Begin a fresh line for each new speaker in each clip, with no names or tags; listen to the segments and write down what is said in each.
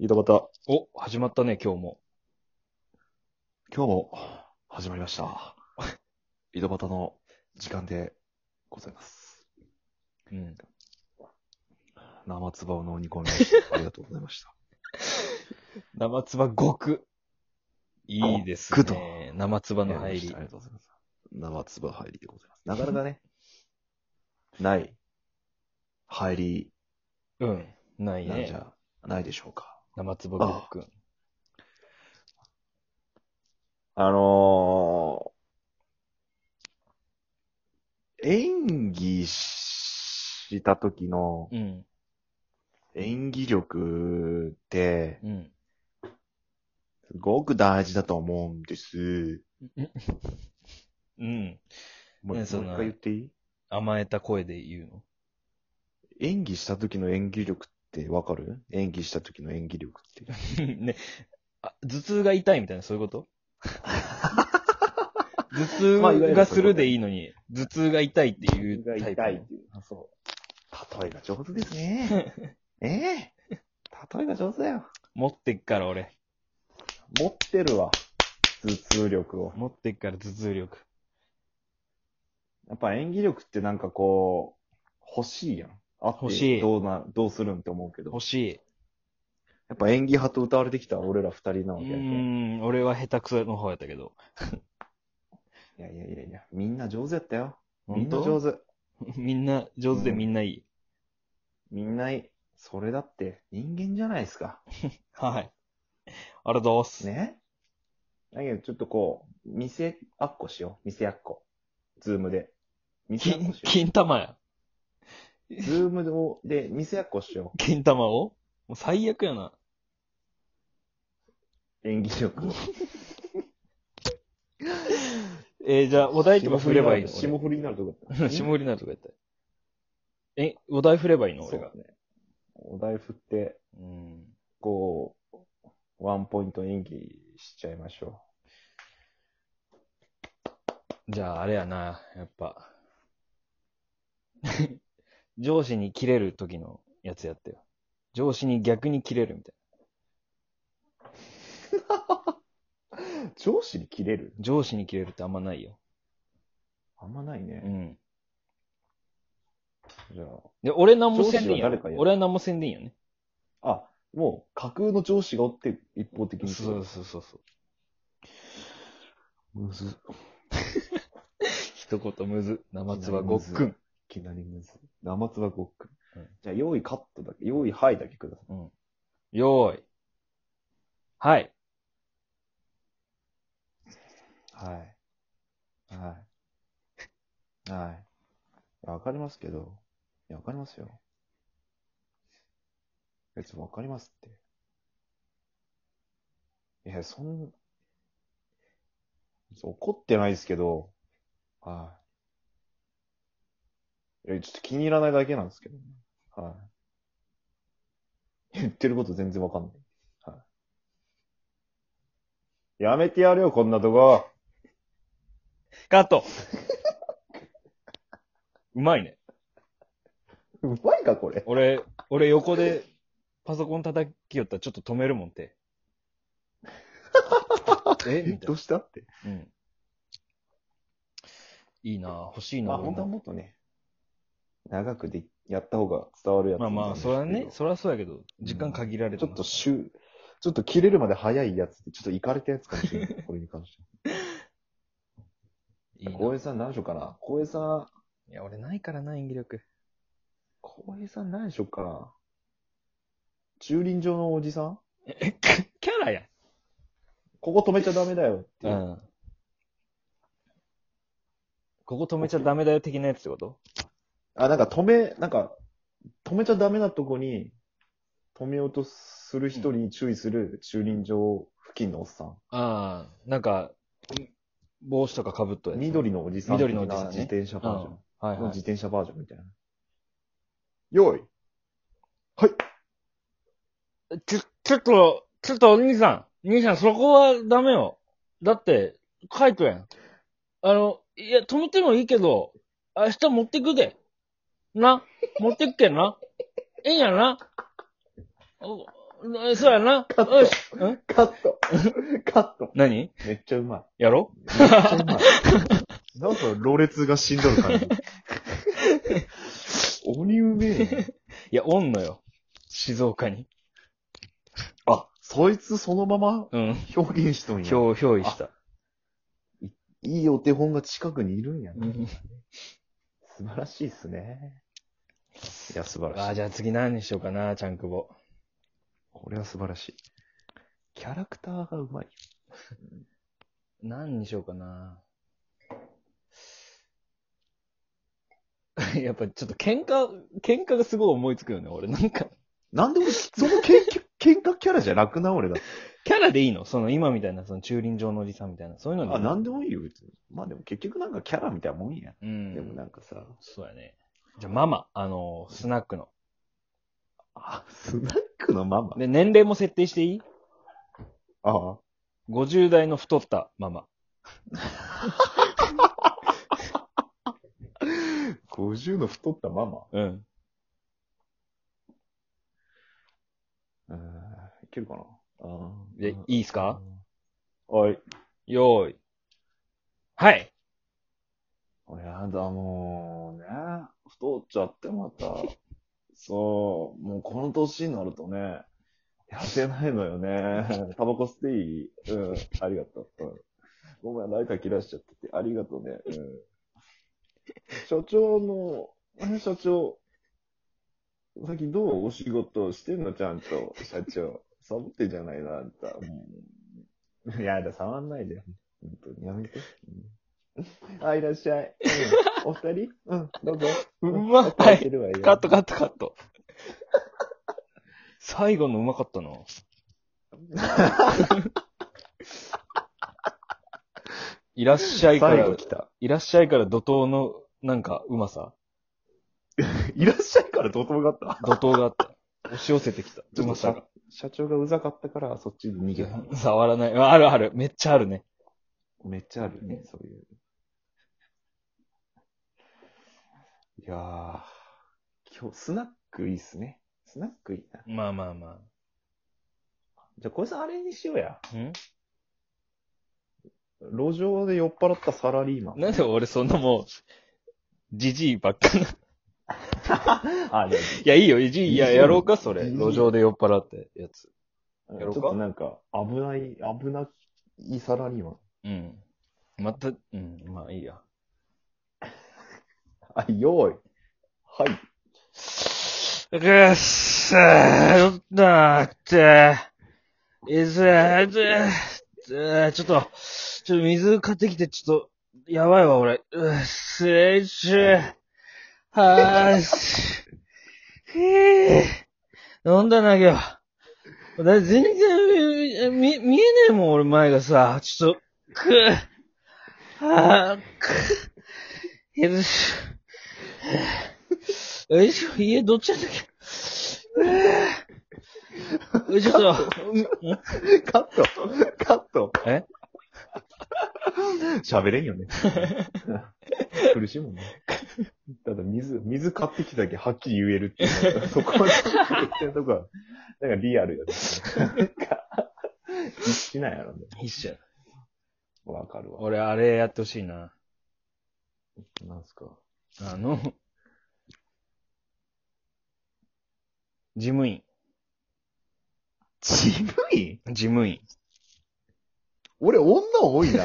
井戸端。
お、始まったね、今日も。
今日も始まりました。井戸端の時間でございます。
うん。
生唾を飲み 込みました。ありがとうございました。
生つば極。いいです
極と
ね。生つばの入
いや
り
あ。りがとうございます。生唾入りでございます。なかなかね、ない、入り
うん。ない
なんじ
ね。
ゃないでしょうか。
生つば極。
あのー、演技した時の
うん。
演技力って、
うん。
すごく大事だと思うんです。
う
も
ん。
うもう
ね
一
そ
回
の
言っていい
甘えた声で言うの。
演技した時の演技力ってわかる演技した時の演技力って。
ねあ、頭痛が痛いみたいな、そうい うこと頭痛
まあいわゆるそういうこと
がするでいいのに、頭痛が痛いっていうタイプの。
いう。あ、そう。例えが上手ですね。 ええ例えが上手だよ。
持ってっから俺。
持ってるわ。頭痛力を。
持ってっから頭痛力。
やっぱ演技力ってなんかこう、欲しいやん。あって
欲しい
どうな、どうするんって思うけど
欲。し。
やっぱ演技派と歌われてきた俺ら二人ない
う
わけやけん。
ーん、俺は下手くその方やったけど。
いやいやいやいや、みんな上手やったよ。み
み
ん
ん
な
な
上
上
手。
手。みんな上手でみんないい。
みんないい。それだって人間じゃないですか。
はい。ありがとうございます。
ねだけどちょっとこう、見せあっこしよう。見せあっこ。ズームで。見せあっこ
金、
しよ
金玉や。
う。ズームで、見せあっこしよ
金玉をもう最悪やな。
う。演技力を。
えー、じゃあ、お題とか振ればいいの
霜降りになるとこだった
俺 霜降りになるとかやったらえ、お題振ればいいの
そ
俺
う
が
だ。ね。お題振って、
うん。
こう、ワンポイント演技しちゃいましょ。
じゃあ、あれやな。やっぱ。 上司に切れる時のやつやってよ。上司に逆に切れるみたいう
上司に切れる
な。上司に切れるってあんまないよ。
あんまないうね。
ん。
じゃ
で、俺何もせんでい
上司
い
は
や
誰かやる
俺は何もせんでいいよね。
あ、あ、もう架空の上司がおって一方的に。
そうそうそうそう。
むず。い
一言むず。生つば
いきなり
ご
む
っ
ず
くん。
きなりむずい。生つばごっくん
うん。
じゃあ、用意カットだけ、用意はいだけくださ
うん。よーい。はい。
い。はい。はい。はいや。わかりますけど。いや、わかりますよ。別にわかりますって。いや、そん、別に怒ってないですけど、はい。いや、ちょっと気に入らないだけなんですけどね。はい。言ってること全然わかんない。はい。やめてやるよ、こんなとこ。
カ ットうまいね。
うまいか、これ。
俺、俺横でパソコン叩きよったらちょっと止めるもんて。 えみ た
ど
いう
したって。
な。うん。いいなぁ欲しい
まあ、
なぁ俺
本当は
も
もっとね、長くで、やった方が伝わるやつ
まあ
みたいな
まあ、それはね、それはそうやけど、時間限られ
ち
て
ょっ
ます
としゅ、ちょっと切れるまで早いやつで、ちょっといかれたやつかもしれ ない。これに関して
いい
は。
な
浩
い
平さん何しようかな浩平さん、
や、俺ないからな、演技力。
浩平さん何しようかな駐輪場のおじさん
え、 キャラや
ここ止めちゃダメだよっていうう。
ん。ここ止めちゃダメだよ的なやつってこと
あ、なんか止め、なんか、止めちゃダメなとこに、止めようとする人に注意する駐輪場付近のおっさん。
ああ、なんか、帽子とかかぶっとるやつ。
緑のおじさん。
緑のおじさんね
自転車バージョン。
はい
の
は
自
い。
転車バージョンみたいな。用意。はい。
ちょ、ちょっと、ちょっとお兄さん、兄さんそこはダメよ。だって、カイトやん。あの、いや、止めてもいいけど、明日持ってくで。な、持ってくけんな。ええんやな。おうんそうやな。
カット
よし。ん
カッ ト。カット。
何
めっちゃう まい。
やろ
めっちゃうまい。なんか、ろれつがしんどる 感じ。鬼うめえ
いや、おんのよ。静岡に。
な。あ、そいつそのまま
うん。
表現しとん
ひ
や。
ょう、ひょういした。
いいお手本が近くにいるんや
う
な。
ん
素晴らしいっすね。いや、素晴
あ
ら
あ、
しい。
じゃあ次何にしようかな、ちゃんくぼ。
これは素晴らしい。キャラクターがうまい。
何にしようかな。 やっぱちょっと喧嘩、喧嘩がすごい思いつくよね、俺。なんか、
なんで俺、その喧嘩、喧嘩キャラじゃなくな、俺だって。
キャラでいいのその今みたいな、その駐輪場のおじさんみたいな。そういうの
あ、なん
で
でもいいよ、別に。まあでも結局なんかキャラみたいなもんや。
もいいうん。
でもなんかさ、
そうやね。じゃあママ、あのー、スナックの。
あ、スナックのママ。
で、年齢も設定していい
ああ。
?50 代の太ったママ。
50の太ったママ。
うん。
うん、いけるかな。ああ。
で、いいっすか
はい。
よーい。はい。
やだ、もうね。太っちゃってま た。そう、もうこの年になるとね、痩せないのよ ね。タバコ吸っていいうん、ありがとう。うん、ごめん、ライター切らしちゃってて、ありがとうね。うん、社長の、え社長、最近どうお仕事してんのちゃんと、社長。サボってんじゃないな、あんた。うん、やだ、触んないで。本当にやめて。うん、あ、いらっしゃい。うん、お二人うん、どうぞ。
うま
い
い。
空いてるわよ。
カットカットカット。最後のうまかったな。 いらっしゃいか
最
ら
後、来た。
いらっしゃいから怒涛の、なんか、うまさ。
いらっしゃいから怒涛があった。
怒涛があった。押し寄せてきた。
ちょ
う
っと
まさ
社
が。
社長がうざかったから、そっちに逃げた。
触らない。あるある。めっちゃあるね。
めっちゃあるね、そういう。いやー、今日スナックいいっすね。スナックいいな。
まあまあま
じゃあ、こいつあれにしようや。
あ。ん
路上で酔っ払ったサラリーマン。
なんで俺そんなもう、じじいばっかな。い
あ、じゃ
や、 いいよ、じじい。いや、
じじい
やろうか、それ。
じじい
路上で酔っ払ってやつ。
あ、
や
ち
ろ
ょ
う
っ
か
となんか、危ない、危ないサラリーマン。
うん。また、うん、まあいいや。
あ、よーい。はい。
ぐっすー、よっなーって、いずー、ずー、ずーちょっと、ちょっと水買ってきて、ちょっと、やばいわ、俺。うっすー、しゅー、はーし、へー、飲んだな、今日。だ全然、み、見、見えねえもん、俺前がさ、ちょっと、くー、はー、くー、よいしょ。よいしょ、家どっちやったっけうえーちょっと、うん
カット。カット。
え
喋れんよ ね。苦しいもんね。ただ水、水買ってきただけはっきり言えるっていうのが、そこは言ってるとこは、なんかリアルやね。なんか、必死なんやろね。
一緒や
わかるわ。
俺、あれやってほしいな。
なんすか。
あの、事務員。
自分員
事務員。
俺女多 いな。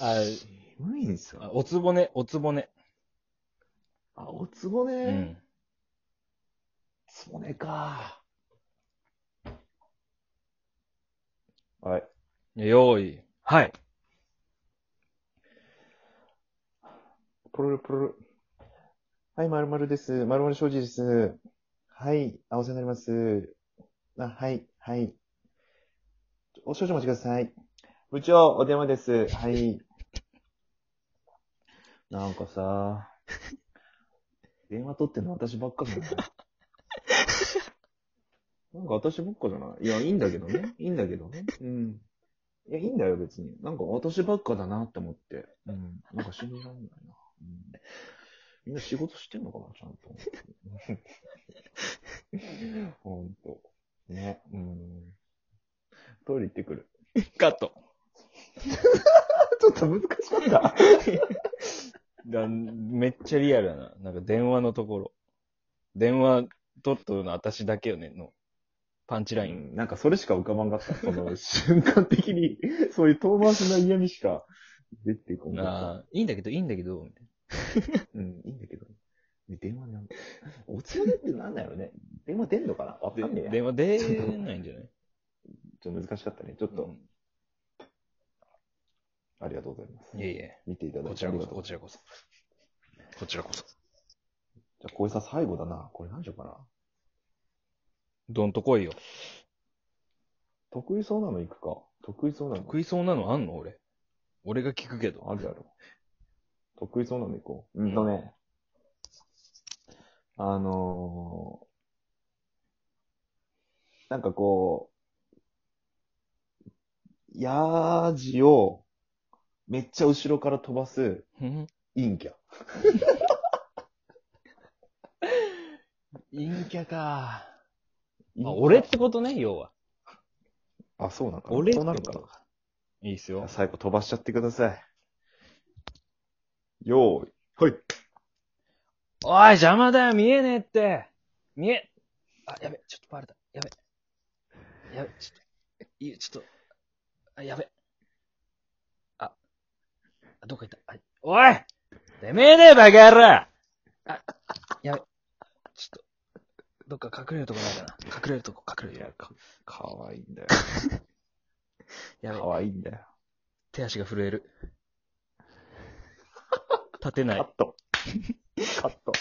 あ
自分員さ
あ
ん。
おつぼね、おつぼね。
あ、おつぼ
う
ね。
ん。
つぼねか。はい。
用意。はい。
プロルプロル。はい、まるまるです。まるまる正治です。はい、あ、お世話になります。あ、はい、はい。お少々お待ちください。部長、お電話です。はい。なんかさ、電話取ってんの私ばっかじゃないなんか私ばっかじゃないいや、いいんだけどね。いいんだけどね。うん。いや、いいんだよ、別に。なんか私ばっかだなって思って。うん。なんか信じられないな。うんみんな仕事してんのかな、ちゃんと。ほんと。 ね。うん。トイレ行ってくる。
カット。
ちょっと難しかった。
だめっちゃリアルやな。なんか電話のところ。電話取っとるの私だけよね、の。パンチライン。
うんなんかそれしか浮かばんかった。その瞬間的に、そういう遠回しな嫌味しか出てこなかっ
ああ、いいんだけど、いいんだけど、みたい
た。うん、いいんだけど。で電話なんおつやでってなんだろうね。電話出んのかなわかんね
な。
えや。
電話出ないんじゃない
ちょっと難しかったね。ちょっと、
う
ありがとうございます。
んいえいえ。
見ていただい
こ
て
ち
あ
ら
り
こ
がと
そ、
う
こちらこそ。こちらこそ。
じゃあ、これさ、最後だな。これ何しようかな。
どんとこいよ。
得意そうなの行くか。得意そうなの。
得意そうなのあんの俺。俺が聞くけど。
あるやろ。得意そうなの行こう。うんとね。あのー、なんかこう、ヤージをめっちゃ後ろから飛ばす
うん
陰キャ。
陰キャ
陰キ
か。あ
ャ
俺ってことね、要は。
あ、そうなのかな
俺って
そうな
こ
るか
と
な。
か。いいっすよ。
最後飛ばしちゃってください。よーい。はい。
おい、邪魔だよ、見えねえって。見え。あ、やべ、ちょっとバレた。やべ。やべ、ちょっと。いいちょっと。あ、やべ。あ、あどっか行った。あおいてめえだよ、バカ野郎あ、やべ。ちょっと。どっか隠れるとこないかな。隠れるとこ、隠れ
い
る
や、か、かわいいんだよ。
やべ
か、わいいんだよ。
手足が震える。立てな
カ
い
ッ。ト。カット。